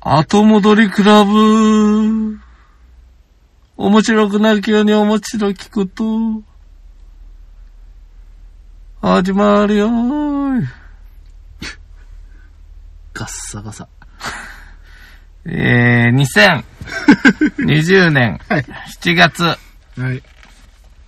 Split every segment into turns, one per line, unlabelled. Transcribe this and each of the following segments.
後戻りクラブ。面白くなるように面白きこと。始まるよーい。
ガッサガサ。
えー、2020年
はい。
7月
はい。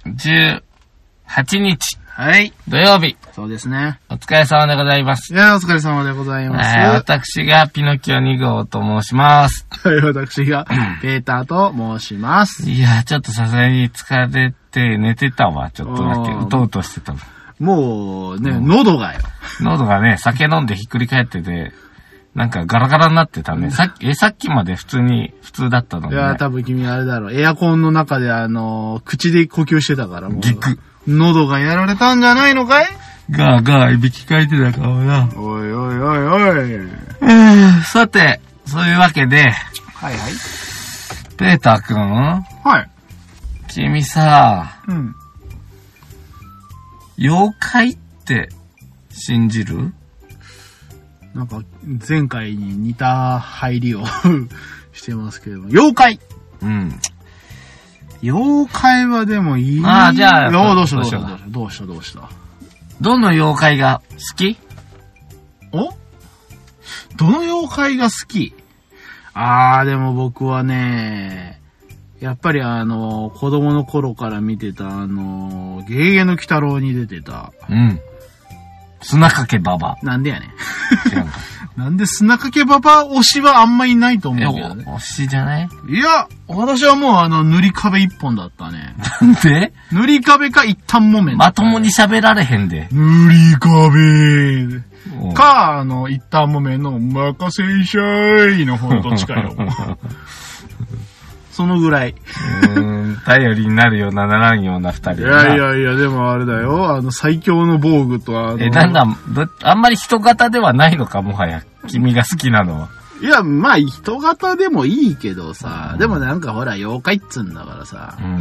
18日
はい。
土曜日、
そうですね。
お疲れ様でございます。
いや、お疲れ様でござい
え
ます。
ー私がピノキオ2号と申します。
はい、私 が、ペーターと申します。
いやー、ちょっとさすがに疲れて寝てたわ。ちょっとだけ、
うん
うとうとしてたわ。
もう、ね、喉がよ。
喉がね、酒飲んでひっくり返ってて、なんかガラガラになってたね。さっき、え、さっきまで普通に、普通だったの
い
に、
や、
ね。
多分君あれだろう。エアコンの中で、あの、口で呼吸してたから、もう。
ギク。
喉がやられたんじゃないのかい
ガーガーいびきかいてたからな。
おいおいおいおい。
うん さて、そういうわけで、
はいはい。
ペーターくん
はい。
君さ、
うん。
妖怪って信じる
なんか、前回に似た入りを してますけども。妖怪
うん。
妖怪はでもいい。
あーじゃあ
どうどうした
どう
どう
し
し
よう
たどうしたどうした
どの妖怪が好き
おどの妖怪が好きあー、でも僕はね、やっぱりあの、子供の頃から見てたあの、ゲゲゲの鬼太郎に出てた。
うん。砂かけばば。
なんでやねん。
違うか
なんで砂かけばば推しはあんまり ないと
え、
思うけどね。
お推しじゃない
いや、私はもうあの、塗り壁一本だった ね。
なんで
塗り壁か一旦木綿だ
ま
っ
と
たね、
もに喋られへんで。
塗り壁
うん
か、あの、一旦木綿の、任せんしゃいの方のどっちかよ。そのぐらい。
うーん、頼りになるような、ならんような二
い
人だな
やいやいや、でもあれだよ。あの、最強の防具とあの、
え、なんだ、どあんまり人型ではないのか、もはや。君が好きなのは。
いや、まあ、人型でもいいけどさ、でもなんかほら、妖怪っつうんだからさ
う、ん。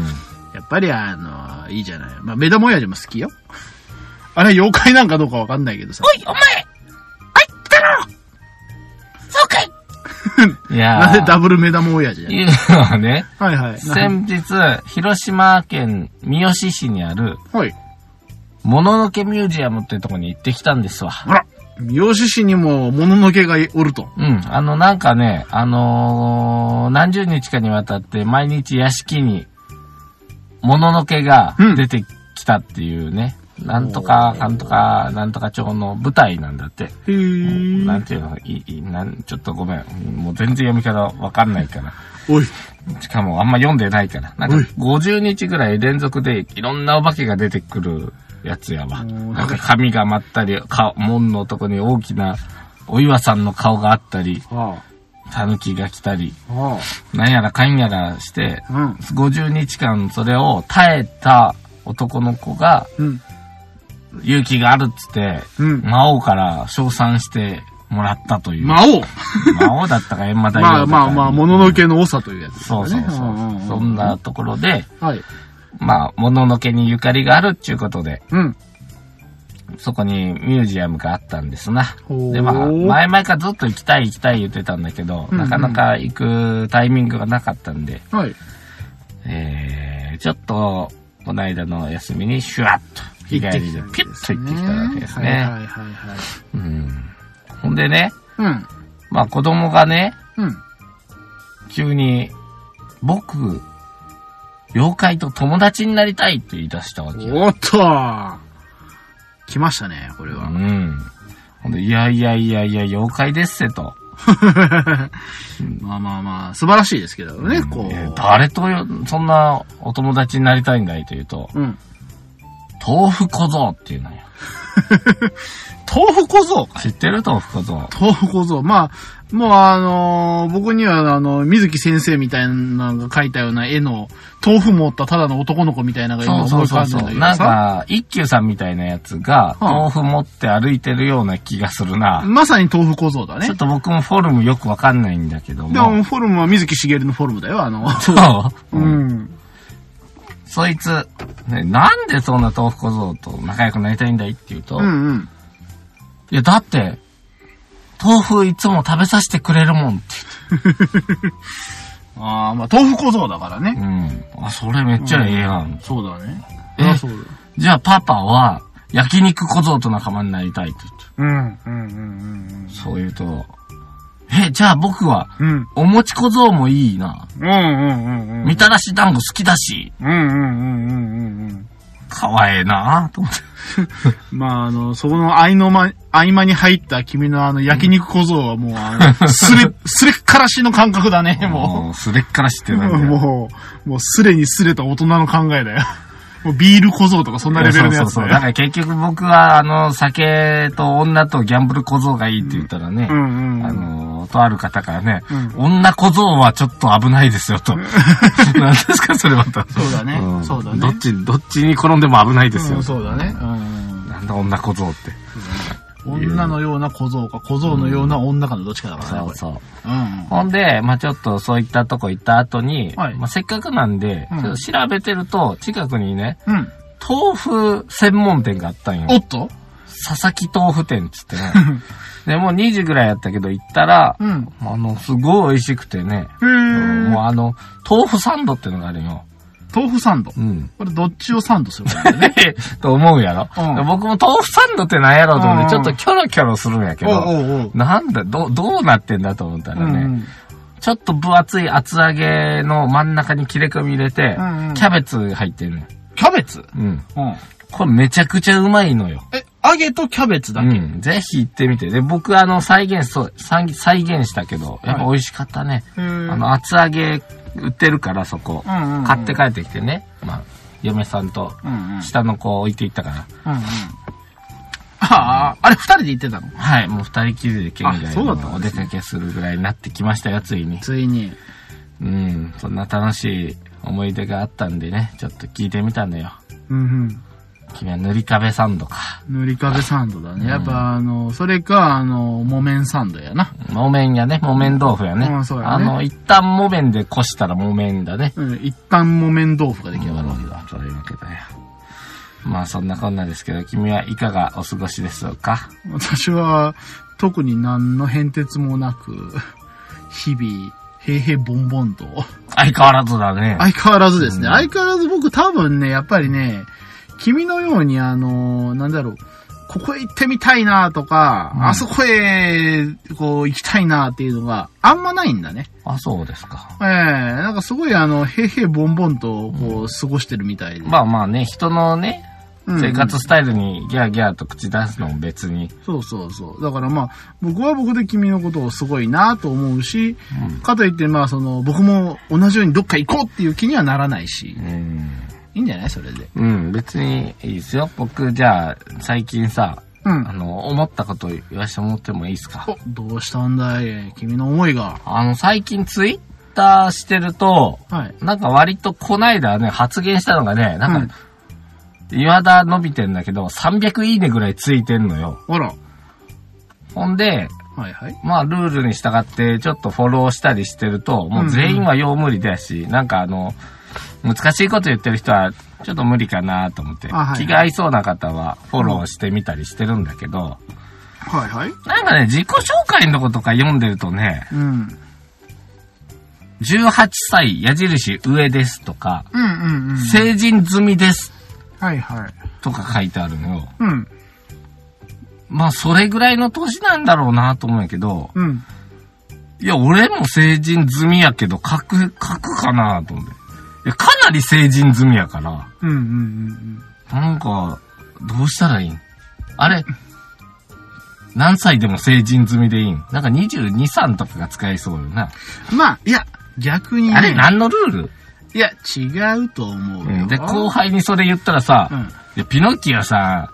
やっぱりあの、いいじゃない。まあ、目玉親父も好きよ。あれ、妖怪なんかどうかわかんないけどさ。
い、お前おい、来たろそうか いいやー
なんでダブル目玉親父だよ
いうのはね、
はいはい。
先日、広島県三好市にある、
はい。
もののけミュージアムっていうところに行ってきたんですわ。
あら、三好市にも、もののけがおると。
うん。あの、なんかね、あのー何十日かにわたって毎日屋敷に、もののけが出てきたっていうね、なんとか、なんとか、なんとか町の舞台なんだって。
へー
なんていうの、いい、なん、ちょっとごめん。もう全然読み方わかんないから。
おい。
しかもあんま読んでないから。なん
おい
か50日ぐらい連続でいろんなお化けが出てくるやつやわ。
おー
なんか髪がまったり、顔門のとこに大きなお岩さんの顔があったり、
あ
タヌキが来たり、
あ。あ
なんやらかんやらして、
あ。
50日間それを耐えた男の子が
うん。うん。
勇気があるっつって、
うん
魔王から称賛してもらったという。
魔王
魔王だったか閻魔大王だったか
まあまあまあ、もののけの多さというやつです
そ
よ
う
ね。
そうそう。
んん
そん。なところで、
はい。
まあ、もののけにゆかりがあるっていうことで、
うん。
そこにミュージアムがあったんですな。
ほう
で、まあ、前々からずっと行きたい行きたい言ってたんだけど、
うんうん
なかなか行くタイミングがなかったんで、
はい。
えー、ちょっと、この間の休みにシュワッと、日帰りでピュッと行ってきたわけです
はいは
ね。
いはいはい。
うん。ほんでね、
うん。
まあ子供がね、
うん。
急に、僕、妖怪と友達になりたいって言い出したわけよ。
おっと来ましたね、これ
う
は。
ん。ほんで、いやいやいやいや、妖怪ですせと。
まあまあまあ、素晴らしいですけどね、こ
いや
う。
誰とよ、そんなお友達になりたいんだいと言うと、
うん。
豆腐小僧っていうのよ。
豆腐小僧
知ってる豆腐小僧。
豆腐小僧。まあ、もうあのー僕にはあの、水木先生みたいなのが描いたような絵の、豆腐持ったただの男の子みたいなのが
そ
今
う
思
そ
いう浮
そ
か
うんそう。
でんだけど
なん
さ。
か、一休さんみたいなやつが、
はあ
豆腐持って歩いてるような気がするな。
まさに豆腐小僧だね
ちょっ。と僕もフォルムよくわかんないんだけど
で
も。
も、フォルムは水木しげるのフォルムだよ、あの。
そう、
うん。
そいつ、ね、なんでそんな豆腐小僧と仲良くなりたいんだいって言うと、
うんうん。
いや、だって、豆腐いつも食べさせてくれるもんって言って。
ああ、まあ、豆腐小僧だから
う
ね。
ん。あ、それめっちゃええやん。
そうだね。
え
あそうだ。
じゃあパパは、焼肉小僧と仲間になりたいと言って。
うん、うん、うん、
そう言うと、え、じゃあ僕は、
うん。うん、
お餅小僧もいいな。
うん、うん、うん、うん。
みたらし団子好きだし、
うん、うん、うん、うん、うん。
かわええなと思って。
まあ、あの、そこの合いの間、合間に入った君のあの、焼肉小僧はもう、あ の、すれ、すれっからしの感覚だね、も
もう、すれっから知って
う。
たんだよ。
もう、もう、すれにすれた大人の考えだよ。もう、ビール小僧とかそんなレベルの
そ
や
う
つ
そうそ
だ
う。
よ。
だから結局僕は、あの、酒と女とギャンブル小僧がいいって言ったらね、
うんうんうん
あの、とある方からね、
うん
女小僧はちょっと危ないですよと。 何ですか、それまた。
そうだね
ん
そうだね
どっち、どっちに転んでも危ないです
う
よ。
んそうだね。。うん
なんだ女小僧って。
女のような小僧か、小僧のような女かのどっちかだからね、これ。
そう。
うん。
ほんで、まあちょっとそういったとこ行った後に、
はい
まあせっかくなんで、
うん
ちょっと調べてると、近くにね、
うん。
豆腐専門店があったんよ
お。っと
佐々木豆腐店っつって ね。で、もう2時ぐらいやったけど行ったら、
うん。
あの、すごい美味しくてね、
へー
もうあの、豆腐サンドってのがあるよ。
豆腐サンド。
うん。
これ、どっちをサンドするかだね。
と思うやろ、
うん
僕も豆腐サンドってなんやろうと思っ
うん
て、ちょっとキョロキョロするん やけど、
おうおうおう
なんだ、どう、どうなってんだと思ったら
うん
ね、
うん
ちょっと分厚い厚揚げの真ん中に切れ込み入れて、
うんうん
キャベツ入ってるね。
キャベツ
うん。
うん。
これめちゃくちゃうまいのよ。
え、揚げとキャベツだ
う
け。
ん。ぜひ行ってみて。で、僕あの、再現、そう、再再現したけど、やっぱ美味しかったね。
へー
あの、厚揚げ売ってるから、そこ。
うんうんうん
買って帰ってきてね。まあ、嫁さんと、
うんうん。
下の子を置いていったから。
うんうん。ああ、あれ二人で行ってたの
はい、もう二人きりで県
あ
外
そうだった
の
ん
お
で
出
すね
かけするぐらいになってきましたよ、ついに。
ついに。
うん、そんな楽しい思い出があったんでね、ちょっと聞いてみたんだよ。
うん
君は塗り壁サンドか。
うん。塗り壁サンドだね。やっぱ、あの、それか、あの、木綿サンドやな。
木綿やね、木綿豆腐やね。
うんそうやね
あの、一旦木綿でこしたら木綿だね。
うん、一旦木綿豆腐が出来上がるわけだ。
そういうわけだよ。まあそんなこんなですけど、君はいかがお過ごしですか
私は、特に何の変哲もなく、日々、平平ボンボンと。
相変わらずだね。
相変わらずですね。
うん
相変わらず僕多分ね、やっぱりね、君のようにあの、なんだろう、ここへ行ってみたいなとか、
うん
あそこへ、こう、行きたいなっていうのがあんまないんだね。
あ、そうですか。
ええなんかすごいあの、へいへいぼんぼんと、こう、過ごしてるみたいで。
まあまあね、人のね、
うん
生活スタイルにギャーギャーと口出すのも別に。
そうそうそう。だからまあ、僕は僕で君のことをすごいなと思うし、かといってまあ、その、僕も同じようにどっか行こうっていう気にはならないし
う、ん。
いいんじゃないそれで。
うん、別にいいですよ。僕、じゃあ、最近さ、
うん
あ。の、思ったこと言わしてもらってもいいですか
お、どうしたんだい君の思いが。
あの、最近ツイッターしてると、
はい。
なんか割とこないだね、発言したのがね、なんか、岩田伸びてんだけど、300いいねぐらいついてんのよ。
あら。
ほんで、
はいはい。
まあ、ルールに従って、ちょっとフォローしたりしてると、もう全員はよう無理だし、なんかあの、難しいこと言ってる人は、ちょっと無理かなと思って、
あはい
気が合いそうな方は、フォローしてみたりしてるんだけど、
はいはい。
なんかね、自己紹介のことか読んでるとね、
うん。うん
18歳矢印上ですとか、
うんうん。
成人済みです
はいはい。
とか書いてあるのよ。
うん。
まあ、それぐらいの年なんだろうなと思うんやけど、
うん。
いや、俺も成人済みやけど、書く、書くかなと思って。いや、かなり成人済みやから、
うんうんうん
なんか、どうしたらいいんあれ、何歳でも成人済みでいいんなんか22、3とかが使えそうよな。
うん。まあ、いや、逆に、ね。
あれ、何のルール
いや、違うと思うよ。
で、後輩にそれ言ったらさ、
うん
いやピノッキーはさ、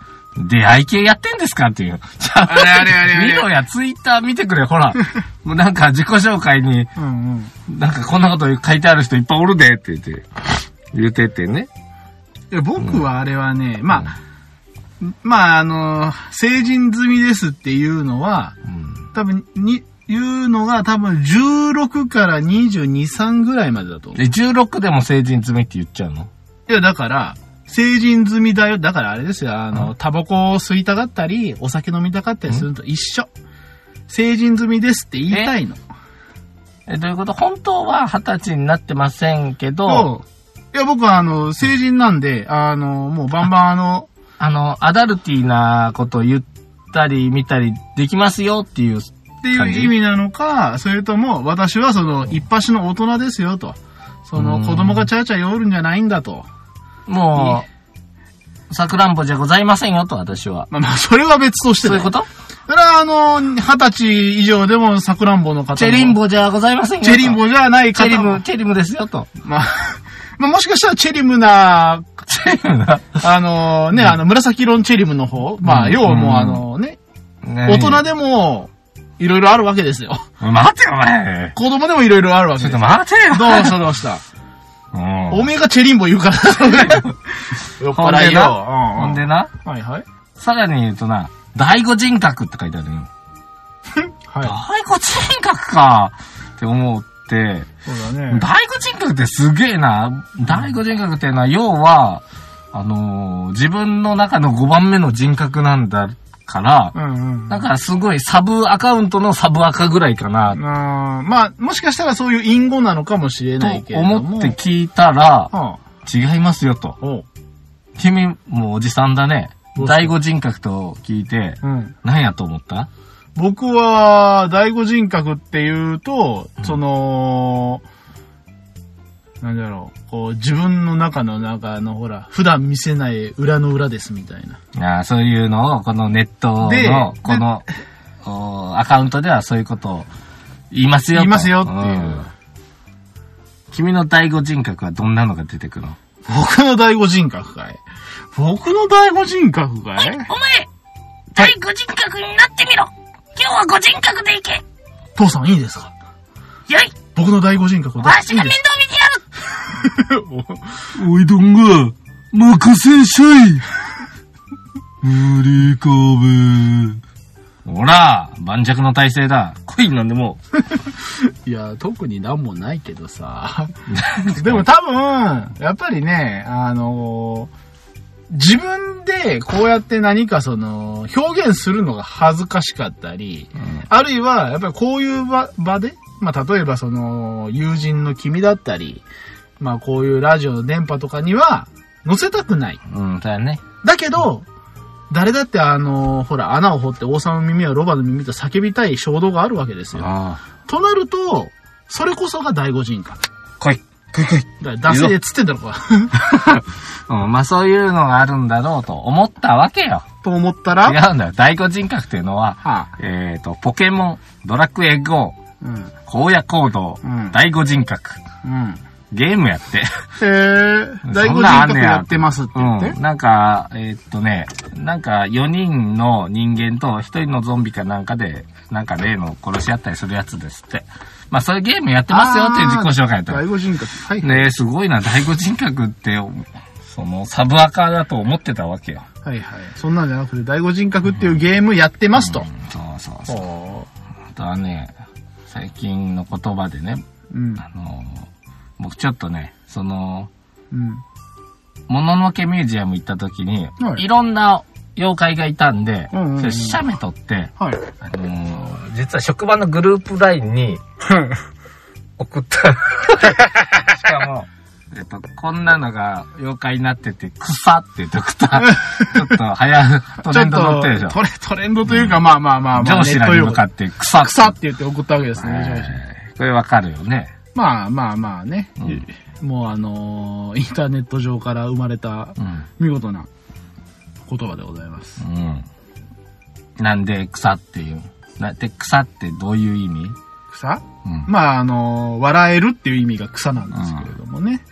出会い系やってんですかっていう。あ
れあれあれあれ
見ろや、ツイッター見てくれ、ほ ら。もうなんか自己紹介に、
うんうん。
なんかこんなこと書いてある人いっぱいおるでって言って、言うててね。
いや僕はあれはね、まあ、まあ、あの、成人済みですっていうのは、
うん。
多分に、言うのが多分16から22、3ぐらいまでだと思う。
で、16でも成人済みって言っちゃうの
いや、だから、成人済みだよ。だからあれですよ。あの、タバコを吸いたかったり、お酒飲みたかったりするのと一緒。成人済みですって言いたいの。
えどういうこと本当は二十歳になってませんけど、
そう。いや、僕は、あの、成人なんで、あの、もうバンバン、あの、
あの、アダルティーなこと言ったり見たりできますよっていう、
っていう意味なのか、それとも、私はその、一発の大人ですよ、と。その、
うん
子供がちゃちゃ寄るんじゃないんだと。
もう、さくらんぼじゃございませんよと私は。
まあまあ、それは別として
そう
ね
いうこと
それは、あの、二十歳以上でも、さくらんぼの方も
チェリン。ボじゃございませんよと
チェリンボじゃない
チ
方
ェリ
も
ム、。チェリムですよと。
まあ、 まあ、もしかしたらチェリムな、
チェリムだ。
あのね、あの、紫色のチェリムの方。まあ、
うん
要はもう、あのね、大
大
人でも、いろいろあるわけですよ。
待てよお前
子供でもいろいろあるわけ
ちょ
で
っ
す
と
よ。
待てよ
どうしたどうした
うん
おめえがチェリンボ言うから。 酔っ
ほん
払
で
いよ。
な、
うんうん
ほんでな、
はいはい。
さらに言うとな、第五人格って書いてあるよ。
は
第五人格かって思って、
い。そう
第。五
だ
人格ってすげえな。第五人格ってのは、要は、あのー自分の中の5番目の人格なんだから、
うんうん。
だからすごいサブアカウントのサブアカぐらいかな、
あーまあ、もしかしたらそういう隠語なのかもしれないけ
と
れども。
思って聞いたら、
は
違いますよと
あ。おう。
君もおじさんだね
ど。うした
第五人格と聞いて、
うん。
何やと思った
僕は、第五人格っていうと、その、なんだろう、こう、自分の中の中の、ほら、普段見せない裏の裏ですみたいな。
ああそういうのを、このネット
で
の、この、おアカウントではそういうことを言いますよと。
言いますよっていうん
君の第五人格はどんなのが出てくるの
僕の第五人格かい僕の第五人格かい
お前、第五人格になってみろ今日は五人格でいけ
父さんいいですか
よい
僕の第五人格を出
わ
し
して
いい
が
で
面
す
倒見てやる
おいどんが、任せんしゃい無理かべ。ほら、盤石の体制だ。恋なんでもう。
いや、特になんもないけど さ。でも多分、やっぱりね、あの自分でこうやって何かその、表現するのが恥ずかしかったり、あるいは、やっぱりこういう場場で、まあ、例えばその、友人の君だったり、まあ、こういうラジオの電波とかには、載せたくない。
うん、そうやね。
だけど、誰だってあの、ほら、穴を掘って王様の耳はロバの耳と叫びたい衝動があるわけですよ。
あ
となると、それこそが第五人格。
あ。恋。恋恋。
だから、出せでっつってんだろ、こ
うん、まあそういうのがあるんだろうと思ったわけよ。
れ と思ったら、
違うんだよ。第五人格っていうのは、
はあ、
えっ、と、ポケモン、ドラクエ GO、
うん、
荒野行動、
うん
第五人格、
うん。
ゲームやって。
えー、第
そ
五
ん
人
なんあん
格
ねや
やってますって言って。
うん。なんか、えーっとね、なんか4人の人間と1人のゾンビかなんかで、なんか例の殺し合ったりするやつですって。まあそういうゲームやってますよっていう自己紹介やった
第五人格。はい。
ねえ、すごいな、第五人格って、その、サブアカだと思ってたわけよ。
はいはい。そんなんじゃなくて、第五人格っていうゲームやってますと。
そうそうそう。
ほ
あとはね、最近の言葉でね、
ううん。
あの、僕ちょっとね、その、
うん。
もののけミュージアム行った時に、
はい
い、ろんな妖怪がいたんで、
うんうんうん
それ写メ撮って、
はい。
あのー実は職場のグループライン に送った。しかも、えっと、こんなのが妖怪になってて、草って言って送った。ちょっと早、トレンド乗ってるでしょ。
トレトレンドというか、まあまあまあまあ、
上司ら
ネッ
に
ト用
向
語
かって草って
草って言って送ったわけですね、上司
えーこれわかるよね。
まあまあまあね、
うん
もうあのーインターネット上から生まれた
うん。
見事な言葉でございます。
うん。なんで草っていう。なで、草ってどういう意味
草
うん。
まああのー笑えるっていう意味が草なんですけれどもね。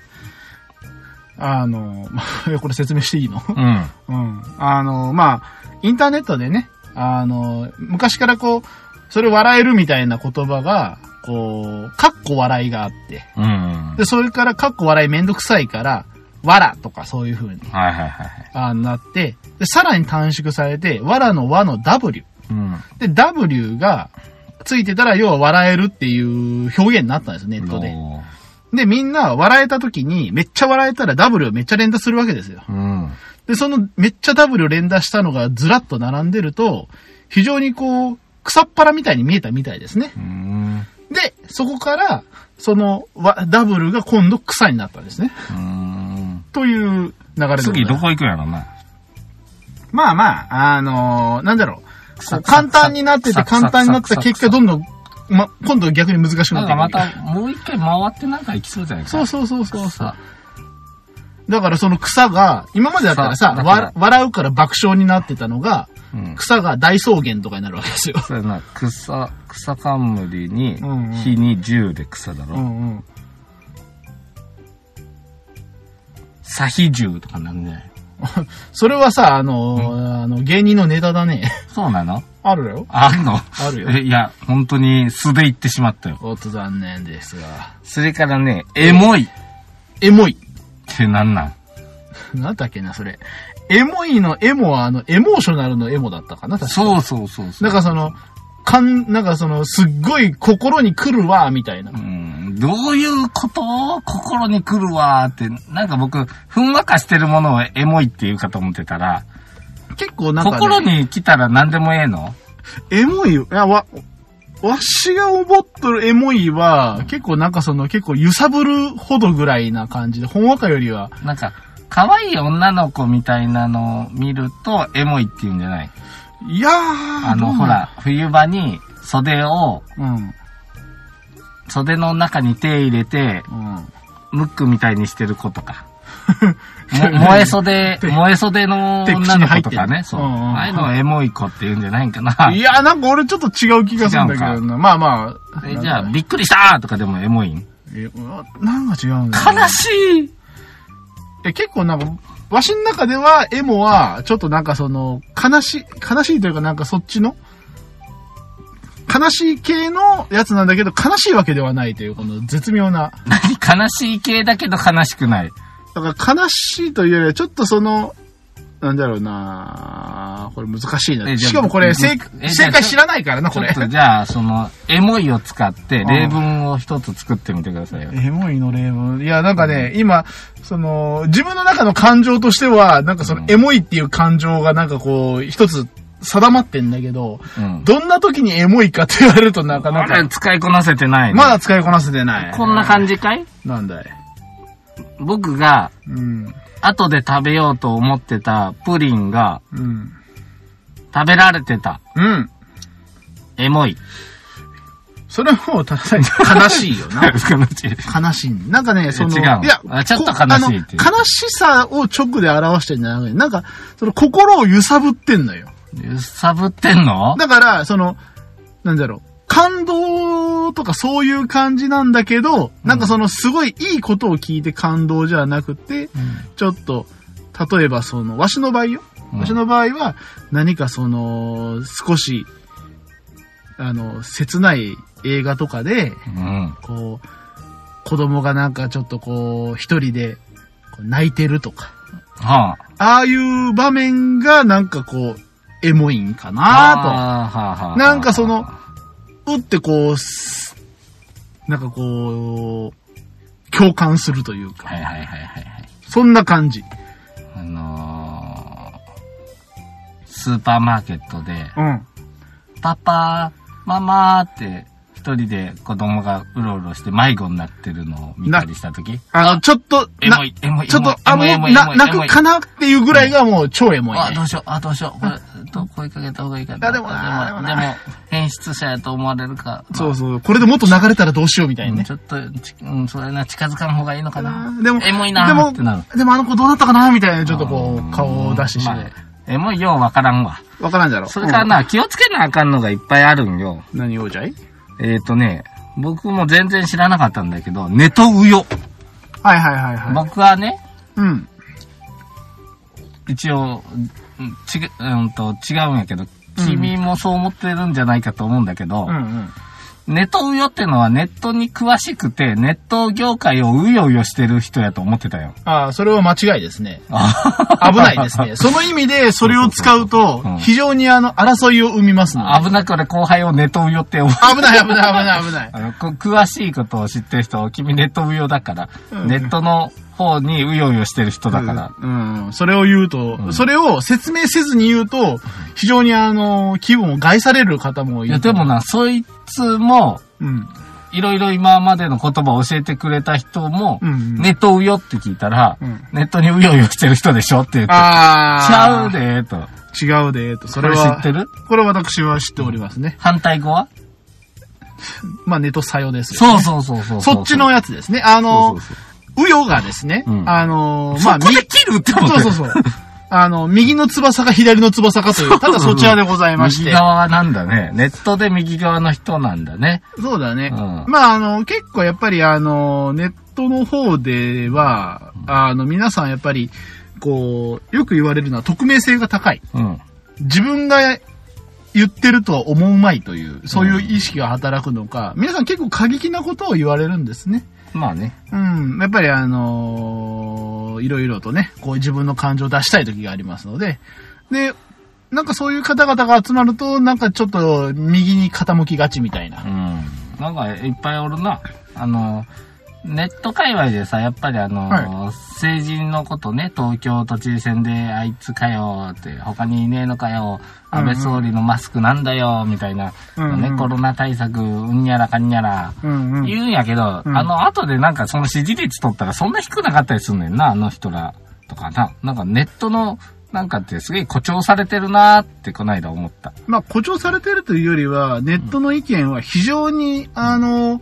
あの ーまあ、これ説明していいの
うん。
うん。あのーまあ、インターネットでね、あのー昔からこう、それ笑えるみたいな言葉が、こう、かっこ笑いがあって、
うん。は
で、それからかっこ笑いめんどくさいから、わらとかそういう風に
いはいはいはい。
あなって、で、さらに短縮されて、わらの和の W。
うん。
で、W がついてたら、要は笑えるっていう表現になったんですよ、ネットで。
おー
で、みんな笑えた時に、めっちゃ笑えたら W をめっちゃ連打するわけですよ。
うん。
で、そのめっちゃ W を連打したのがずらっと並んでると、非常にこう、草っぱらみたいに見えたみたいですね
う。ん。
で、そこから、その、わダブルが今度草になったんですね。
うーん。
という流れで。
次どこ行くんやろな。
まあまあ、あのーなんだろう。こ
草
う簡単になって
草
て
草
簡単になった
草
結果、どんどん、ま、今度逆に難しくな
な
っ
ん
て
か
いくわ
ま
け。
た、もう一回回ってなんか行きそうじゃないか。
そうそうそうそうそう。
さ。
だからその草が、今までだったらさ、
草だから
わ笑うから爆笑になってたのが、
うん。
草が大草原とかになるわけですよ。
そうやな、草、草冠に
うんうん、
火に銃で草だろ。
んうん。
サヒ銃とかなんじゃない
それはさ、あのーあの、芸人のネタだね。
そうなの
あるよ。
あんの
あるよ
えいや、本当に素で行ってしまったよ。
おっと残念ですが。
それからね、エモいっ
エモい。
てなんなん
なんだっけな、それ。エモいのエモは、あの、エモーショナルのエモだったかな、確か
そうそうそうそう。
なんかその、かん、なんかその、すっごい心に来るわ、みたいな
う。んどういうこと心に来るわーって、なんか僕、ふんわかしてるものをエモいって言うかと思ってたら、
結構なんか、ね、
心に来たら何でもええの
エモいよ、いや、わ、わしが思っとるエモいは、結構なんかその、結構揺さぶるほどぐらいな感じで、ほんわかよりは、
なんか、可愛い女の子みたいなのを見ると、エモいって言うんじゃない
いやー、
あ
ど
の、
う
ほ
な
ら、冬場に袖を、
の。
袖の中に手入れて、
うん、うん。
ムックみたいにしてる子と か。も萌え袖、
手
萌え袖の女の子とかね。
手口に入ってる
そう。
うんうんうん
ああいうのをエモい子って言うんじゃないんかな。
いやー、なんか俺ちょっと違う気がするんだけ
違
どな。まあまあ。
えじゃあ、びっくりしたーとかでもエモいん
えうわなんか違うんだよな
悲しい
え結構なんか、わしの中では、エモは、ちょっとなんかその、悲しい、悲しいというかなんかそっちの、悲しい系のやつなんだけど、悲しいわけではないという、この絶妙な。
何悲しい系だけど悲しくない。
だから悲しいというよりは、ちょっとその、なんだろうなこれ難しいな。
えじゃあ
しかもこれ、
ぶ
正
えじゃあ
正解知らないからな、
ち
こ
ょ
れ
っ。とじゃあ、その、エモいを使って例文を一つ作ってみてくださいよ。
エモいの例文。いや、なんかね、今、その、自分の中の感情としては、なんかその、エモいっていう感情がなんかこう、一つ定まってんだけど、
うん。
どんな時にエモいかって言われるとなかな
あれ
か、
使いこなせてないね
まだ使いこなせてない。
こんな感じかい
じ。なんだい。
僕が、
うん。
後で食べようと思ってたプリンが、
うん。
食べられてた。
うん。
エモい。
それはもう、ただ悲しいよ な。
悲しい
悲しい。なんかね、その、
違うの
いや
あ、ちょっと
こ
悲しいっていう
あの悲しさを直で表してんじゃなくて、なんか、その心を揺さぶってんのよ。
揺さぶってんの
だから、その、なんだろう、感動とかそういう感じなんだけど、なんかそのすごいいいことを聞いて感動じゃなくて、ちょっと、例えばその、わしの場合よ。
うん
わしの場合は、何かその、少し、あの、切ない映画とかで、
うん。
こう、子供がなんかちょっとこう、一人でこう泣いてるとか、
は
ああいう場面がなんかこう、エモいんか
あ。
なと。
あーはあはあ
なんかその、うってこうす、なんかこう、共感するというか、
はいはいはいはいはい。
そんな感じ。
あのー、スーパーマーケットで、
うん。
パパー、ママーって、一人で子供がうろうろして迷子になってるのを見たりしたとき、
あの、ちょっと、
エ
な
モい、エモい、
ちょっ
エ
と
モい、
あ、も
エモ
う、
いエ
な
モい
泣くかなっていうぐらいがもう超エモい
あ、ど
ね。
うしよう、あ、どうしよう、これ、どこ行かけた方がいいかな。
あでもな
でも、
でもな
でも変質者やと思われるか。
そうそう。これでもっと流れたらどうしようみたいな
うん
ね
ち。ょっと、ちうん、それな、近づかん方がいいのかな。
でも、
エモいなーってなる。
でも、でもあの子どうなったかなみたいな、ちょっとこ
ん
う、顔を出してし
ま
ま
あ
う。
エモいようわからんわ。
わからんじゃろ。
それからな、気をつけなあかんのがいっぱいあるんよ。
うん。何をじゃい
えっ、ー、とね、僕も全然知らなかったんだけど、ネトウヨ。
はいはいはいはい。
僕はね、
うん。
一応、うんちぐうんと違うんやけど、君もそう思ってるんじゃないかと思うんだけど
う、ん
ネトウヨってのはネットに詳しくて、ネット業界をうようよしてる人やと思ってた よ。
ああ、それは間違いですね。
危
危ないで すね。。その意味で、それを使うと
うん、
非常にあの、争いを生みますので。
危なく俺後輩をネトウヨって思う。
危ない、危ない、危ない、危ない。
あのこ詳しいことを知ってる人は、君ネットウヨだから、
うん
ネットの方にうようよしてる人だから、
うん。うんそれを言うと、
ん
それを説明せずに言うと、非常にあの、気分を害される方もい
い
る。
や、でも。な、そいつも、
うん。
いろいろ今までの言葉を教えてくれた人も、
うんうん
ネットうよって聞いたら、
うん
ネットにうようよしてる人でしょって言って、ちゃ
あ
う
ー。
でーと。
違うで、と。そ
そ
れ
れ知
は
っ、てる
これ私は知っておりますね。
反対語は
まあ、ネトサヨですよ。
そうそうそうそうう。
そっちのやつですね。あ
そ
の
うそう、
うよがですね
う。ん
あの、
そう、
まあ、
そこ
み
で切るってこと
そうそうそう。あの、右の翼か左の翼かという、ただそちらでございまし
右
て。
側なんだね。ネットで右側の人なんだね。
そうだね。
うん
まあ、あの、結構やっぱり、あの、ネットの方では、あの、皆さんやっぱり、こう、よく言われるのは、匿名性が高い。
うん。
自分が言ってるとは思うまいという、そういう意識が働くのか、皆さん結構過激なことを言われるんですね。
まあね。
うん。やっぱり、あのいろいろとね、こう自分の感情を出したい時がありますので、で、なんかそういう方々が集まると、なんかちょっと右に傾きがちみたいな
う。ん。なんかいっぱいおるな。あの、ネット界隈でさ、やっぱりあの、
は
成人のことね、東京都知事選であいつかよって、他にいねえのかよ、安倍総理のマスクなんだよ、みたいな、
うんうん
ね、コロナ対策、うんにゃらかんにゃら、
うんうん。
言うんやけど、
うん
あの、後でなんかその支持率取ったらそんな低くなかったりすんねんな、あの人らとかな。なんかネットの、なんかってすげえ誇張されてるなーってこないだ思った。
まあ、誇張されてるというよりは、ネットの意見は非常に、あの、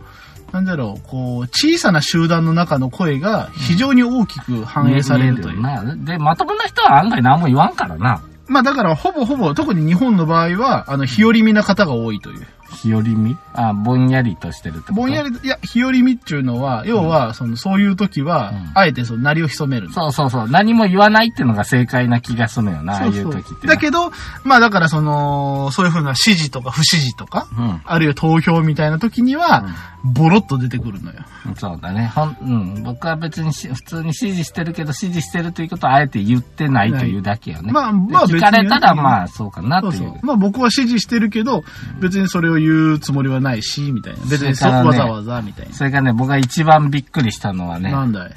なんだろう、こう、小さな集団の中の声が非常に大きく反映されるという。
見えるよなで、まともな人は案外何も言わんからな。
まあ、だから、ほぼほぼ、特に日本の場合は、あの、日和見な方が多いという。
日和見あ、ぼんやりとしてるってこと
ぼんや
り。
り、いや、日和見っていうのは、要は、その、そういう時は、
うん
あえてその、鳴りを潜める。
そうそうそう。何も言わないってのが正解な気がするよな、ああいう時ってな。
だけど、まあだからその、そういうふうな指示とか不指示とか、
うん。
あるいは投票みたいな時には、ボロッと出てくるのよ。
そうだね。ほん、うん。僕は別にし普通に指示してるけど、指示してるということはあえて言ってないというだけよね。
まあまあ
で
別に
聞かれたら、まあそうかなって
そ
いうう。
そう。まあ僕は指示してるけど、別にそれを言うつもりはないし、みたいな。別にそ
それから
こ
ね
わざわざ、みたい
それがね、僕が一番びっくりしたのは
な。
ね、
なんだい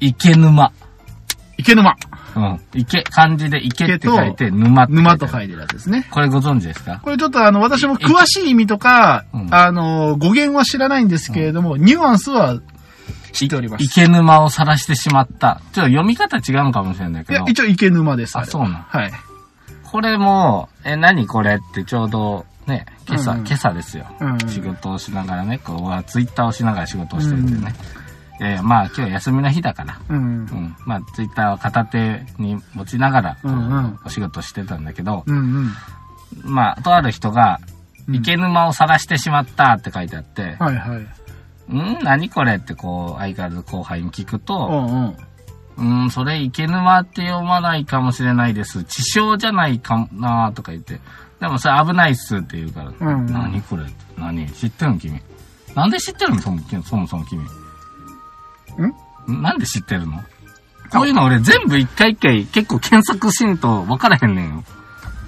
池沼。
池沼
うん。池、漢字で池って
池と
書いて、沼って書いてあ
沼
る
と書いてるやつですね。
これご存知ですか
これちょっとあの、私も詳しい意味とか、
うん
あの、語源は知らないんですけれども、ニュアンスは知っております。
池沼を晒してしまった。ちょっと読み方違うのかもしれない
い
け
や
ど、、
一応池沼です。
あ
れは
そうなん
はい。
これも、え、何これってちょうど、ね、今朝、
うんうん
今朝ですよ。
うん
仕事をしながらね、こう、わツイッターをしながら仕事をしてるんでね。えーまあ今日休みの日だから、
うん
う。ん。まあツイッターを片手に持ちながら、こう
うんうん
お仕事してたんだけど、
うんうん。
まあ、とある人が、
うん
池沼を晒してしまったって書いてあって、
はいはい。
うん、何これってこう、相変わらず後輩に聞く
う
と、
んうん。
うん、それ池沼って読まないかもしれないです。地称じゃないかもなーとか言って、でもそれ危ないっすって言うから、
うんうん
何これって何知ってるの君。なんで知ってるのそもそもそも君。んなんで知ってるのこういうの俺全部一回一回結構検索しんと分からへんねんよ。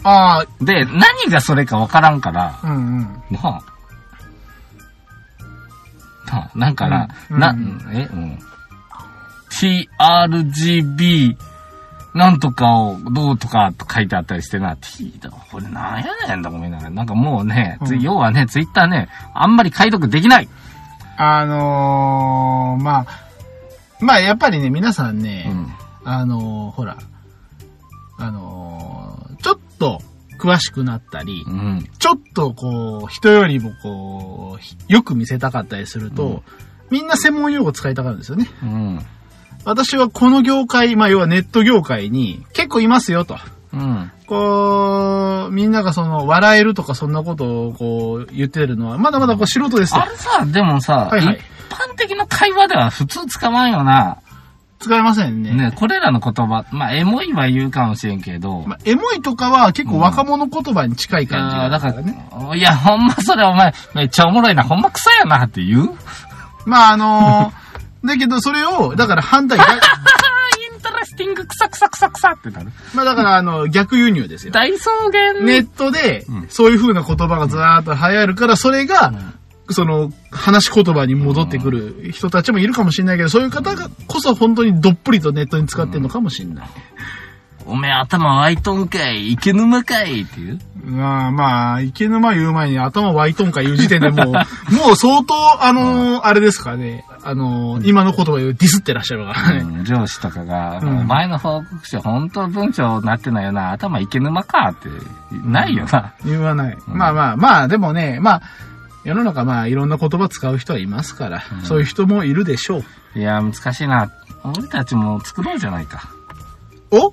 ああ、
で、何がそれか分からんから、
うんうん。
なあ。なあ、なんかな、
うん
な、
うん
え、うん。TRGB、なんとかをどうとかと書いてあったりしてな、T だ、これなんやねんだ、ごめんなさい。なんかもうね、つ
うん
要はね、ツイッターね、あんまり解読できない。
あのー、まあ、まあやっぱりね、皆さんね、
うん。
あのー、ほら、あのー、ちょっと詳しくなったり、
うん。
ちょっとこう、人よりもこうひ、よく見せたかったりすると、
うん
みんな専門用語使いたがるんですよね。
うん。
私はこの業界、まあ要はネット業界に結構いますよと。
うん。
こう、みんながその、笑えるとかそんなことをこう、言ってるのは、まだまだこう素人ですと
あ。れさ、でもさ、
はいはい
一般的な会話では普通使わんよな。
使えませんね。
ね、これらの言葉、まあ、エモいは言うかもしれんけど、
まあ、エモいとかは結構若者言葉に近い感じが
あーだ
だ
か
から
ら
ね。
いや、ほんまそれお前、めっちゃおもろいな、ほんま草やなって言う
まああのー だけどそれを、だから反対、逆
インタラスティング、草草草草ってなる。
まあだからあの、逆輸入ですよ。
大草原
ネットで、そういう風な言葉がずらーっと流行るから、それが、その、話し言葉に戻ってくる人たちもいるかもしれないけど、そういう方がこそ本当にどっぷりとネットに使ってるのかもしれない。
おめえ頭湧いとんかい、池沼かいっていう。
まあまあ、池沼言う前に頭湧いとんか言う時点で もう、もう相当、あのーあれですからね、あのー今の言葉でディスってらっしゃるからね。
うん上司とかが、
うん
お前の報告書、本当文章なってないよな、頭池沼かって、ないよな。
言わない。まあまあまあ、でもね、まあ、世の中まあいろんな言葉使う人はいますから、そういう人もいるでしょう。
いや、難しいな。俺たちも作ろうじゃないか。
お、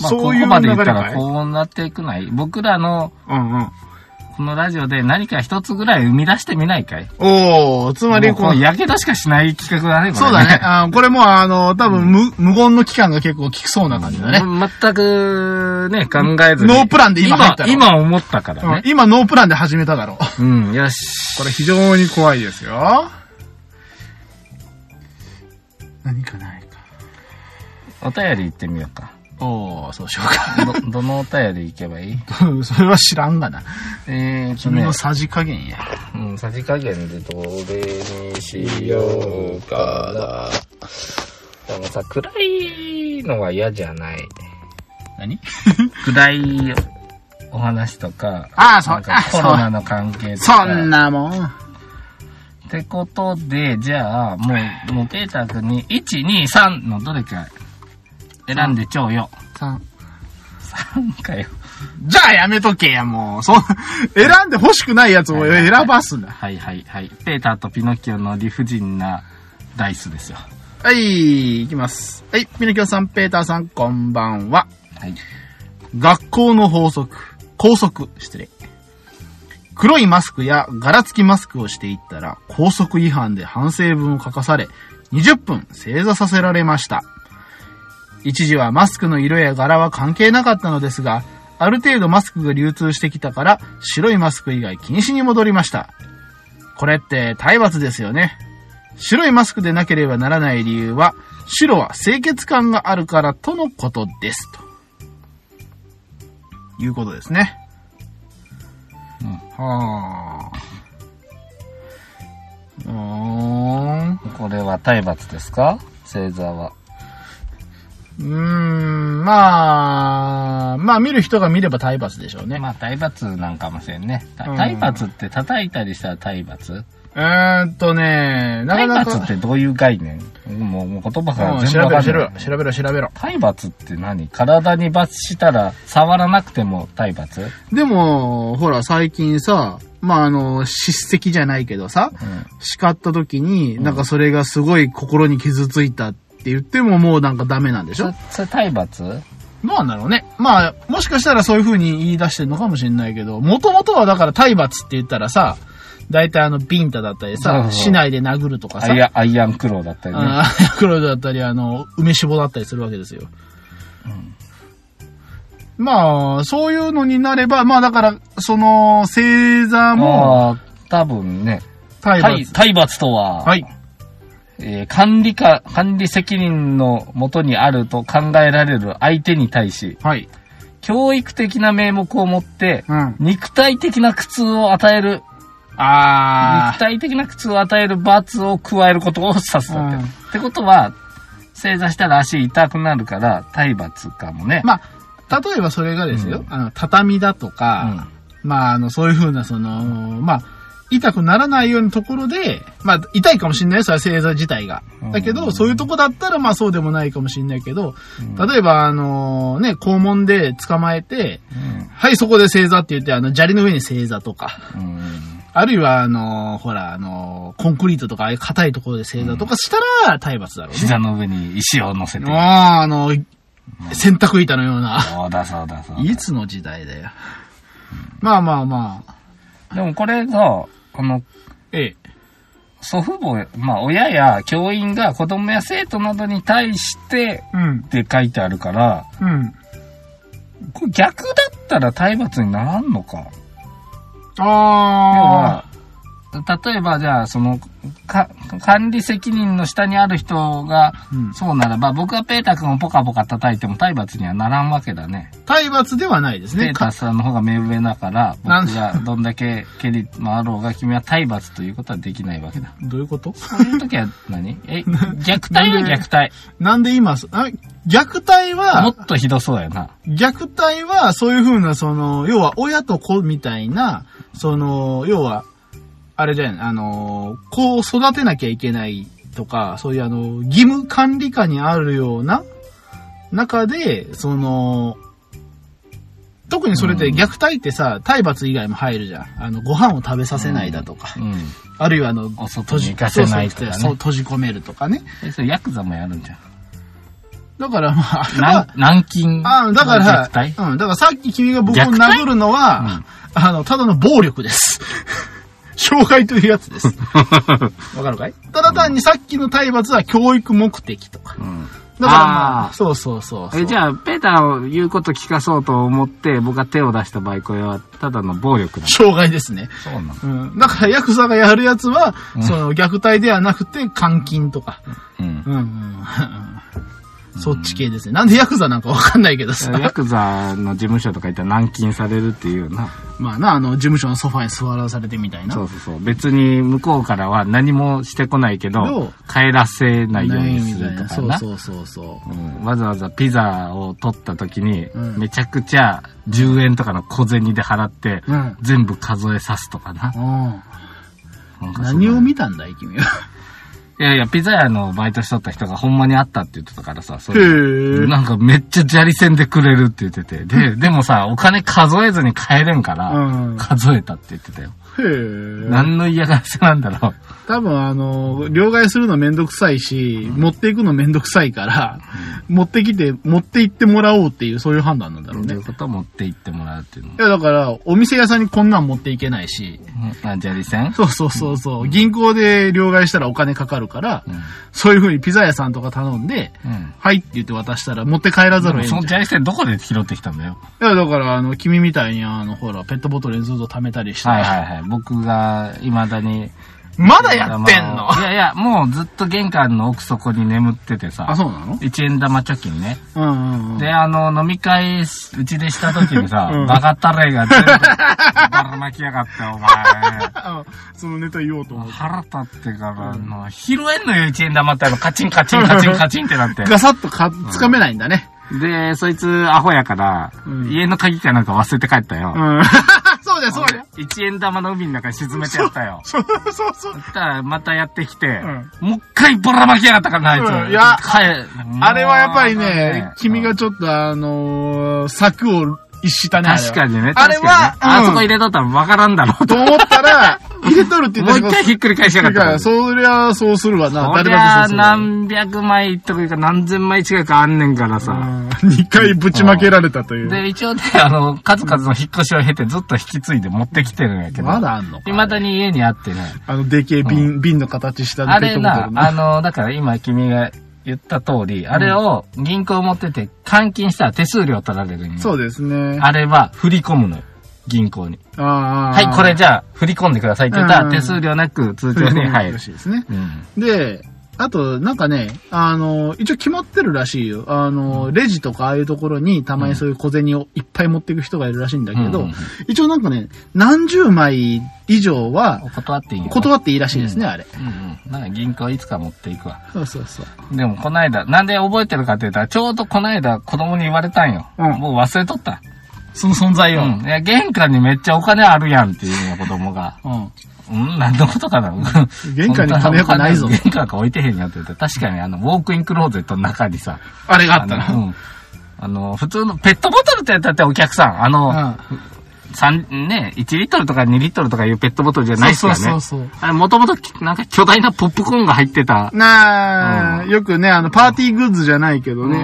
まあ、ここ
そういう
ま
流
で
れ
言った
か
ら
い
こうなっていくない。僕らの
うんうん。
このラジオで何か一つぐらい生み出してみないかい
おー、つま
も
り
うこ
こ
の
の、
やけどしかしない企画だね、これ
そうだ ね。。あーこれもうあの、多分無、無言の期間が結構効きそうな感じだね。
全くね、考えずに。
ノープランで今入ったの
今、今思ったから
うん
ね。
今ノープランで始めただろう。
うん、よし。
これ非常に怖いですよ。何かないか。
お便り行ってみようか。
おー、そうしよう
ど、どのお便り行けばいい
か。 それは知らんがな。
えーと
君
ね
の、さじ加減や。
うん、さじ加減でどれにしようかな。でもさ、暗いのは嫌じゃない。
何
暗いお話とか、
ああ、そ
な
うんか
か。コロナの関係と
そ
か。
うそんなもん。
ってことで、じゃあ、もう、もうペーター君に、1、2、3のどれか選んでちょうよ。
さ
3かよ。
じゃあやめとけや、もう。そう、 選んで欲しくないやつを選ばすな。
はいはいはい。ペーターとピノキオの理不尽なダイスですよ。
はい、いきます。はい、ミノキョさん、ペーターさん、こんばんは。
はい。
学校の法則、校則、失礼。黒いマスクや柄付きマスクをしていったら、校則違反で反省文を書かされ、20分正座させられました。一時はマスクの色や柄は関係なかったのですが、ある程度マスクが流通してきたから、白いマスク以外禁止に戻りました。これって体罰ですよね。白いマスクでなければならない理由は、白は清潔感があるからとのことです。ということですね。
うん
はあ。うーん。
これは体罰ですか星座は。
うーん、まあ、まあ見る人が見れば体罰でしょうね。
まあ、体罰なんかもしれんね。た
うん
体罰って叩いたりしたら体罰
うーんとね、なか
体
な
罰
か。
ってどういう概念もうもう言葉
う
が
ん
全
調
部
べろ、
わかん
調べ
ない
ろ、。調べろ、調べろ。
体罰って何体に罰したら触らなくても体罰
でも、ほら、最近さ、まあ、あの、叱責じゃないけどさ、
うん。
叱った時に、なんかそれがすごい心に傷ついたって言ってももうなんかダメなんでし
そ
ょ
れ、それ体罰
どうなんだろうね。まあ、もしかしたらそういう風に言い出してるのかもしれないけど、もともとはだから体罰って言ったらさ、大体あの、ビンタだったり
そうそ
さ、
う
市内で殴るとか
ア
さ、
イアンアイアンクローだったよね。
あーヤクルトだったり、あの、梅絞だったりするわけですよ。まあ、そういうのになれば、まあだから、その、星座
も
も
う、多分ね、
体
体
罰。
体罰とは、
はい。
えー管理か、管理責任のもとにあると考えられる相手に対し、
はい。
教育的な名目を持って
う、ん。
肉体的な苦痛を与える、肉
あ
体的な苦痛を与える罰を加えることを指すだって。
うん
ってことは、正座したら足痛くなるから、体罰かもね。
まあ、例えばそれがですよ、
うん
あの、畳だとか、まあ、あの、そういうふうな、その、まあ、痛くならないようなところで、まあ、痛いかもしれないよ、それは星座自体が。だけ
うん
ど、そういうとこだったら、まあ、そうでもないかもしれないけど、
うん
例えば、あのね、肛門で捕まえて、
うん
はい、そこで正座って言って、あの、砂利の上に正座とか、
うん
あるいは、あのほら、あのコンクリートとか、ああいう硬いところで正座とかしたら、体罰だろうね。
膝の上に石を乗せて。
ああ、あの、洗濯板のような。
そうだそうだそうだ。
いつの時代だよ。まあまあまあ。
でもこれが、あの、
ええ。
祖父母、まあ親や教員が子供や生徒などに対して
うん
っ。て書いてあるから、
うん。
これ逆だったら体罰にならんのか。
あ
要は
あ。、
例えばじゃあ、その、か、管理責任の下にある人が、
うん
そうならば、僕はペータ君をポカポカ叩いても体罰にはならんわけだね。
体罰ではないです
ペ
ね。
ータさんの方が目上だから、僕
なん
がどんだけ蹴り回ろうが、君は体罰ということはできないわけだ。
どういうこと
そういう時は何、え、虐待は虐待。
なんで今、あ虐待
も
は、
っとひどそうやな。
虐待は、そういうふうな、その、要は、親と子みたいな、その、要は、あれじゃない、あの、子を育てなきゃいけないとか、そういう、あの、義務管理下にあるような中で、その、特にそれって
うん
虐待ってさ、体罰以外も入るじゃん。あの、ご飯を食べさせないだとか、
うん。
あるいはあの、
お外に行かせないとかね
そうそうそう閉じ込めるとかね。
え、それヤクザもやるんじゃん。
だからまあ、あれは
軟軟禁。
ああ、だから、
虐 待
うん、だからさっき君が僕を殴るのは、あの、ただの暴力です。 障害というやつ です。わかるかいただ単にさっきの体罰は教育目的とか。
うん。
だからま
あ
あ、
ー
そうそうそうそう。
え、じゃあ、ペーターを言うこと聞かそうと思って、僕が手を出した場合、これはただの暴力だ。
障害ですね。
そうなの。
うん。だからヤクザがやるやつは、その虐待ではなくて監禁とか。
うん。
うん、うん、そっち系ですね。なんでヤクザなんかわかんないけどさ。
ヤクザの事務所とか行ったら軟禁されるっていうな。
まあな、あの、事務所のソファに座らされてみたいな。
そうそうそう。別に向こうからは何もしてこないけ
ど
ど
う、
帰らせないよう
ない
に
み
す
たい
る
な
とかな。
そうそうそうそう。
うんわざわざピザを取った時に、
うん
めちゃくちゃ10円とかの小銭で払って、
うん
全部数えさすとかな。なんかその
何を見たんだい、君は。
いやいや、ピザ屋のバイトしとった人がほんまにあったって言ってたからさ、それ
へ
なんかめっちゃ砂利線でくれるって言ってて。で、でもさ、お金数えずに帰れんから、
うん。
数えたって言ってたよ。
へえ。
何の嫌がらせなんだろう。
多分あの、両替するのめんどくさいし、持っていくのめんどくさいから、持ってきて、持って行ってもらおうっていう、そういう判断なんだろう
と
ね。
い
いう
ことを持って行ってもらうっていうの。
や、だから、お店屋さんにこんなん持っていけないし、
うんあ、砂利線
そうそうそうそう、銀行で両替したらお金かかるから、
うん。
そういう風にピザ屋さんとか頼んで、
うん。
はいって言って渡したら持って帰らざ
で
るを
も
得
そ
ない
の
じゃ
砂
ん。
利線どこで拾ってきたんだよ。
いや、だから、あの、君みたいに、あの、ほら、ペットボトルにずっと貯めたりして、
はいはいはい。僕が未だに。
まだやってんの
いやいや、もうずっと玄関の奥底に眠っててさ
あ、。そうなの
一円玉貯金ね。
うんうんうん。
で、あの、飲み会、うちでした時にさ、
うん
バカタレが全部、ばらまきやがって、お前。
あそのネタ言おうと思って。
腹立ってから、あの、拾えんのよ、一円玉って、あの、カチンカチンカチンカチンってなって。
ガサッとか、つかめないんだね。
で、そいつ、アホやから、
うん
家の鍵かなんか忘れて帰った
う
よ。
ん。 そうだよ、そうだよ。
一円玉の海の中に沈めてやったよ。
そうそうそ
そ。
う
したら、またやってきて、
ん
もう一回ばらまきやがったからな、あいつ。
うんいや
帰
あれはやっぱりね、君がちょっとあのー、柵を一したね。あれは
確かにね。
あれは
確、かにねあそこ入
れ
れとったらわからんだろうと。
と思った ら、入れとるって言
も
っ
う
た
一回ひっくり返しやが
だ
っ
か
た。
ら、そりゃそうするわな。
そ
誰
り
だ
ゃ
ってそうするわ。
何百枚というか何千枚近くあんねんからさ。
うん二回ぶちまけられたという。
で、一応ね、 あの、数々の引っ越しを経てずっと引き継いで持ってきてるんやけど。
まだあんのか
未だに家にあってね。
あの、でけえ瓶、瓶の形した
あ
ペ
れ
ットボト
な
ル、の
あの、だから今君が言った通り、あれを銀行持ってて換金したら手数料取られるんよ
そうですね。
あれは振り込むのよ。銀行に。
は
はい、これじゃあ振り込んでくださいって言った
う
ら
ん
手数料なく通
そう
帳
です
に
ね。
入る
よ。しいですね。
うん。
で、あと、なんかね、あの、一応決まってるらしいよ。あの、レジとかああいうところにたまにそういう小銭をいっぱい持っていく人がいるらしいんだけど、
うんうんうん
一応なんかね、何十枚以上は
断っていいよ。
断っていいらしいですね、あれ。
うんうん。なんか銀行いつか持っていくわ。
そうそうそう。
でもこの間、なんで覚えてるかって言ったら、ちょうどこの間子供に言われたんよ。
うん
もう忘れとった。
その存在
う
を。
ん。いや、玄関にめっちゃお金あるやんっていうよ、子供が。
うん
うん、何のことかな。
玄関に金よくないぞ
玄関なんか置いてへんやんって言って、確かにあの、ウォークインクローゼットの中にさ、
あれがあった
あの
な。
うんあの、普通のペットボトルってやったってお客さん、あの、
うん
三ね、1リットルとか2リットルとかいうペットボトルじゃないです
そ
よ
う
ね。
そうそう。
あれ、もともとなんか巨大なポップコーンが入ってた。
なあ、
う
よくね、あの、パーティーグッズじゃないけど
うん
ね。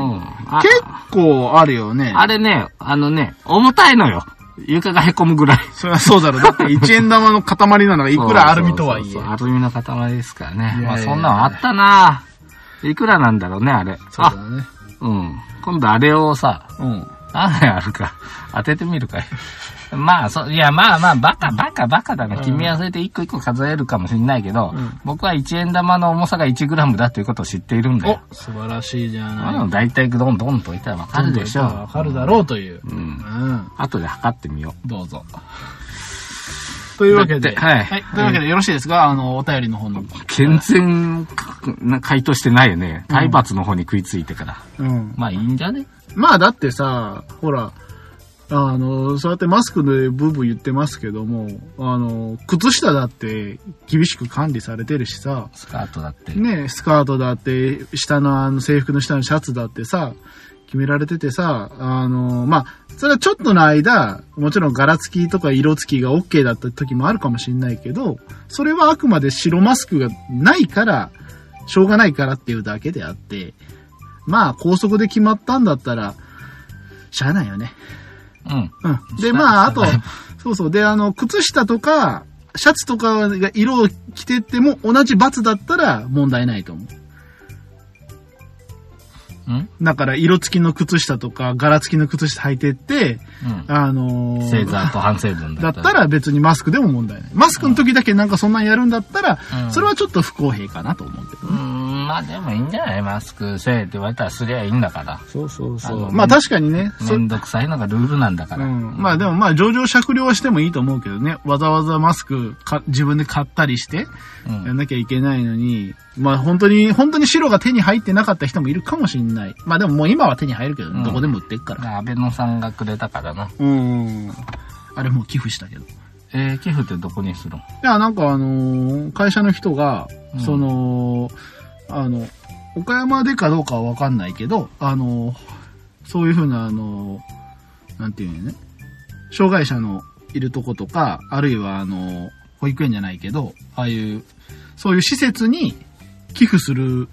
あ
結構あるよね。
あれね、あのね、重たいのよ。床が凹むぐらい。
そりゃそうだろう。だって1 円玉の塊なのがいくらアルミとはいえ。
そうそうそうアルミの塊ですからね。
いやいやいや
まあそんなのあったないくらなんだろうね、あれ。
そう
あ、
だね。
うん。今度あれをさ、
うん。
何円あるか当ててみるかい。まあ、そう、いや、まあまあ、バカ、バカ、バカだな。君はそれで一個一個数えるかもしれないけど、
うん
僕は一円玉の重さが1グラムだということを知っているんだよ。
お素晴らしいじゃ
あ
ない。
の、だいたいどんどんといったらわかるでしょう。
わかるだろうという。
う。
うんん。
後で測ってみよ
どうぞ。というわけ
だっ
で、
てはい
というわけで、よろしいですかあの、お便りの方の。
う。健全な回答してないよね。体罰の方に食いついてから。
うん。
まあ、いいんじゃね
まあ、だってさ、ほら、あの、そうやってマスクでブーブー言ってますけども、あの、靴下だって厳しく管理されてるしさ、
スカートだって。
ね、スカートだって、下のあの制服の下のシャツだってさ、決められててさ、あの、まあ、それはちょっとの間、もちろん柄付きとか色付きが OK だった時もあるかもしれないけど、それはあくまで白マスクがないから、しょうがないからっていうだけであって、まあ、高速で決まったんだったら、しゃあないよね。
うん。
うん。
しゃ
で、
あない
まあ、あと
しゃあない、
そうそう。で、あの、靴下とか、シャツとかが色を着てても同じ罰だったら問題ないと思
うんうん
う。だから、色付きの靴下とか、柄付きの靴下履いてって、あのー
星座と反成分
だ
だ
っ
った
たら別にマスクでも問題ない。マスクの時だけなんかそんなんやるんだったら、
うん
それはちょっと不公平かなと思うけ
う
ど
ー
ね。
ん、まあでもいいんじゃないマスクせえって言われたらすりゃいいんだから。
そうそう
そう
まあ確かにね、そ
めんどくさいのがルールなんだから。
うんまあでもまあ上場酌量はしてもいいと思うけどね。わざわざマスクか自分で買ったりして
う
や
ん。
んなきゃいけないのに、まあ本当に、本当に白が手に入ってなかった人もいるかもしんない。まあでももう今は手に入るけど、
うん
どこでも売ってっから。
安倍野さんがくれたからな。
うん。あれもう寄付したけど。い
えー、寄付ってどこにするの
や、なんかあのー会社の人が、
うん
その、あの、岡山でかどうかはわかんないけど、あのーそういうふうな、あのーなんていうのね、障害者のいるとことか、あるいはあのー保育園じゃないけど、ああいう、そういう施設に寄付する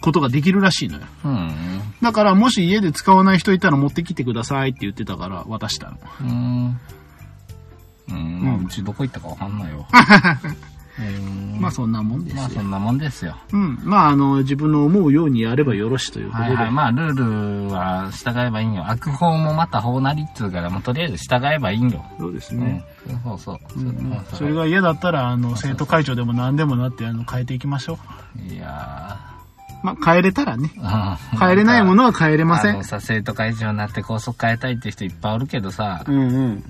ことができるらしいのよ。
うん。
だから、もし家で使わない人いたら持ってきてくださいって言ってたから、渡したの。
うーん。うーん、まあ
うん
うちどこ行ったかわかんないよ。うーん
まあ、そんなもんですよ。
まあそんなもんですよ。
うん。まあ、あの、自分の思うようにやればよろしということで。
はいはい。まあルールは従えばいいんよ。悪法もまた法なりっつうから、もうとりあえず従えばいいんよ。
そうです
う
ね
ん。。そうそうそう。
うん
う
それが嫌だったら、あの、生徒会長でも何でもなって、あの、変えていきましょう。
いや
まあ、変えれたらね。
ー。
変えれないものは変えれませ
あ
ん
の。さ、生徒会長になって校則変えたいって人いっぱいおるけどさ、
うんうん。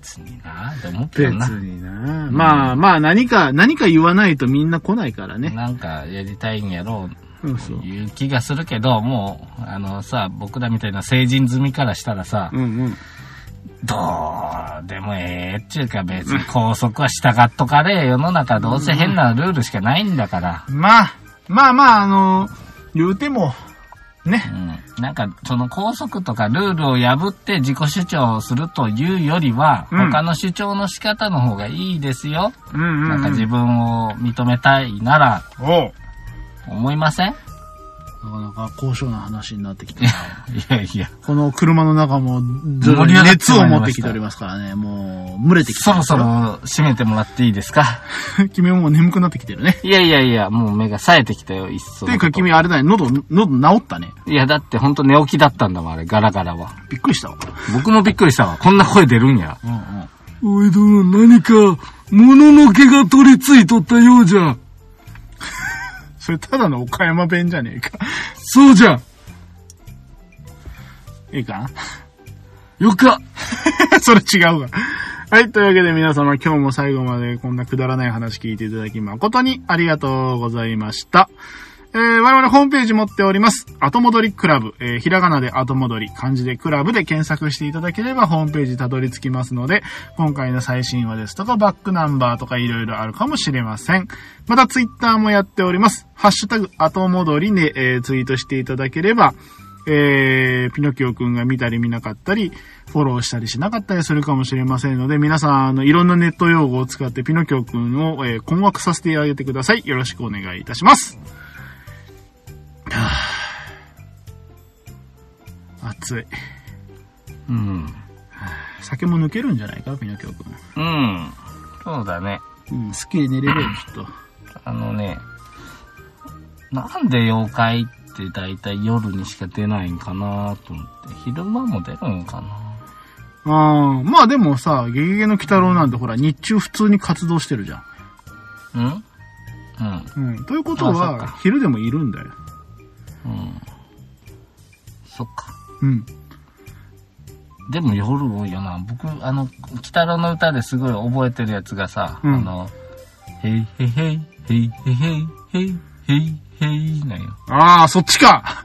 別になって思って
別
るな。
にな。まあまあ、何か、何か言わないとみんな来ないからね。
なんかやりたいんやろ
うん、
う
そう。
いう気がするけど、もう、あのさ、僕らみたいな成人済みからしたらさ、
うんうん。
どうでもええっちゅうか別に校則は従っとかれ世の中どうせ変なルールしかないんだから。
まあ、まあまあ、あの、言うても、ね。
うん。なんか、その校則とかルールを破って自己主張をするというよりは、
うん
他の主張の仕方の方がいいですよ。
うんうん、うん。
なんか自分を認めたいなら、
おう
思いませんい
なかなか高尚な話になってきて。
やいや、
この車の中も、ず
盛り上がってまいりました
熱を持ってきておりますからね。もう、蒸れてきて
そろそ
ろ。
ろ締めてもらっていいですか
君ももう眠くなってきてるね。
いやいやいや、もう目が冴えてきたよ、いっそ
てい
の
う
こ
か
と。
君あれだね、喉、喉治ったね。
いや、だってほんと寝起きだったんだもん、あれ、ガラガラは。
びっくりしたわ。
僕もびっくりしたわ。こんな声出るんや。
うんう
お
ん。
いどの、何か、物の毛が取り付いとったようじゃ。
それただの岡山弁じゃねえか。
そうじゃ。
いいか
よか。
なそれ違うわ。はい。というわけで皆様、今日も最後までこんなくだらない話聞いていただき誠にありがとうございました。えー、我々ホームページ持っております。後戻りクラブ。えー、ひらがなで後戻り、漢字でクラブで検索していただければホームページたどり着きますので、今回の最新話ですとか、バックナンバーとかいろいろあるかもしれません。またツイッターもやっております。ハッシュタグ後戻りで、えーツイートしていただければ、えー、ピノキオくんが見たり見なかったり、フォローしたりしなかったりするかもしれませんので、皆さん、あの、いろんなネット用語を使ってピノキオくんを、えー困惑させてあげてください。よろしくお願いいたします。暑い。
うん。
酒も抜けるんじゃないか、ピノキオく
うん。そうだね。
ん。うん、好きで寝れるよ、きっと。
あのね、なんで妖怪って大体夜にしか出ないんかなと思って、昼間も出るんかな
うああ、まあでもさ、ゲゲゲの鬼太郎なんてほら、日中普通に活動してるじゃん。
うんうん。
うん。ということ
あそっ
は
か、
昼でもいるんだよ。
うん。そっか。
うん。
でも夜多いよな。僕、あの、鬼太郎の歌ですごい覚えてるやつがさ、
うん
あの、へいへいへい、へいへいへい、へいへいへいなんよ。
ああ、そっちか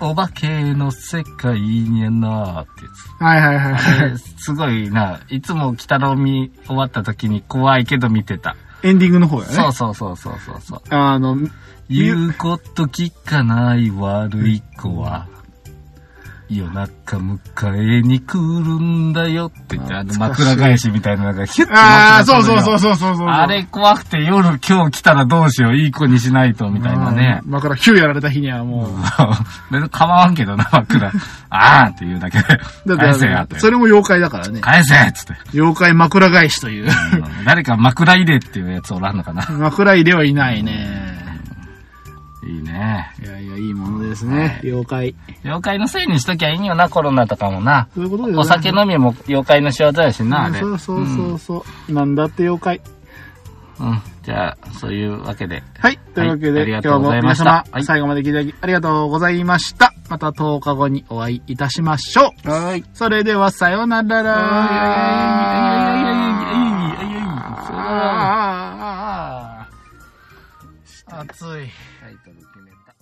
お化けの世界にゃなーってやつ。
はいはいはいは
え すごいな。いつも鬼太郎見終わった時に怖いけど見てた。
い。エンディングの方やね。
そうそうそうそうそうそう。
あの、
言うこと聞かない悪い子は、夜中迎えに来るんだよって言って、あの枕返しみたいなのがヒュッて
あ
枕
あ、そう
取る
そう
よ
そうそうそうそう。
あれ怖くて夜今日来たらどうしよう、いい子にしないとみたいなね
う。ん。だから、ヒューやられた日にはもう。
別に構わんけどな、 枕。あーって言うだけで。返せや
だ
っ
って
て。
それも妖怪だからね。
返せっつって。
妖怪枕返しと いう。
うん誰か枕入れっていうやつおらんのかな。
枕入れはいないね。
いいね。
いやいや、いいものですね。妖怪。
妖怪のせいにしときゃいいんよな、コロナとかもな。
そういうことで
お酒飲みも妖怪の仕業やしな、あれ。
そうそううんそうそう、なんだって妖怪。
うん。じゃあ、そういうわけで。
はい。というわけで、
あり
今
が
日
とうご
も
ざい
皆
ました
様、
はい
最後まで聞いていただきありがとうございました。また10日後にお会いいたしましょう。
はい。
それでは、さようなら
タ
あーあーあーあー暑い。
イトル決めた。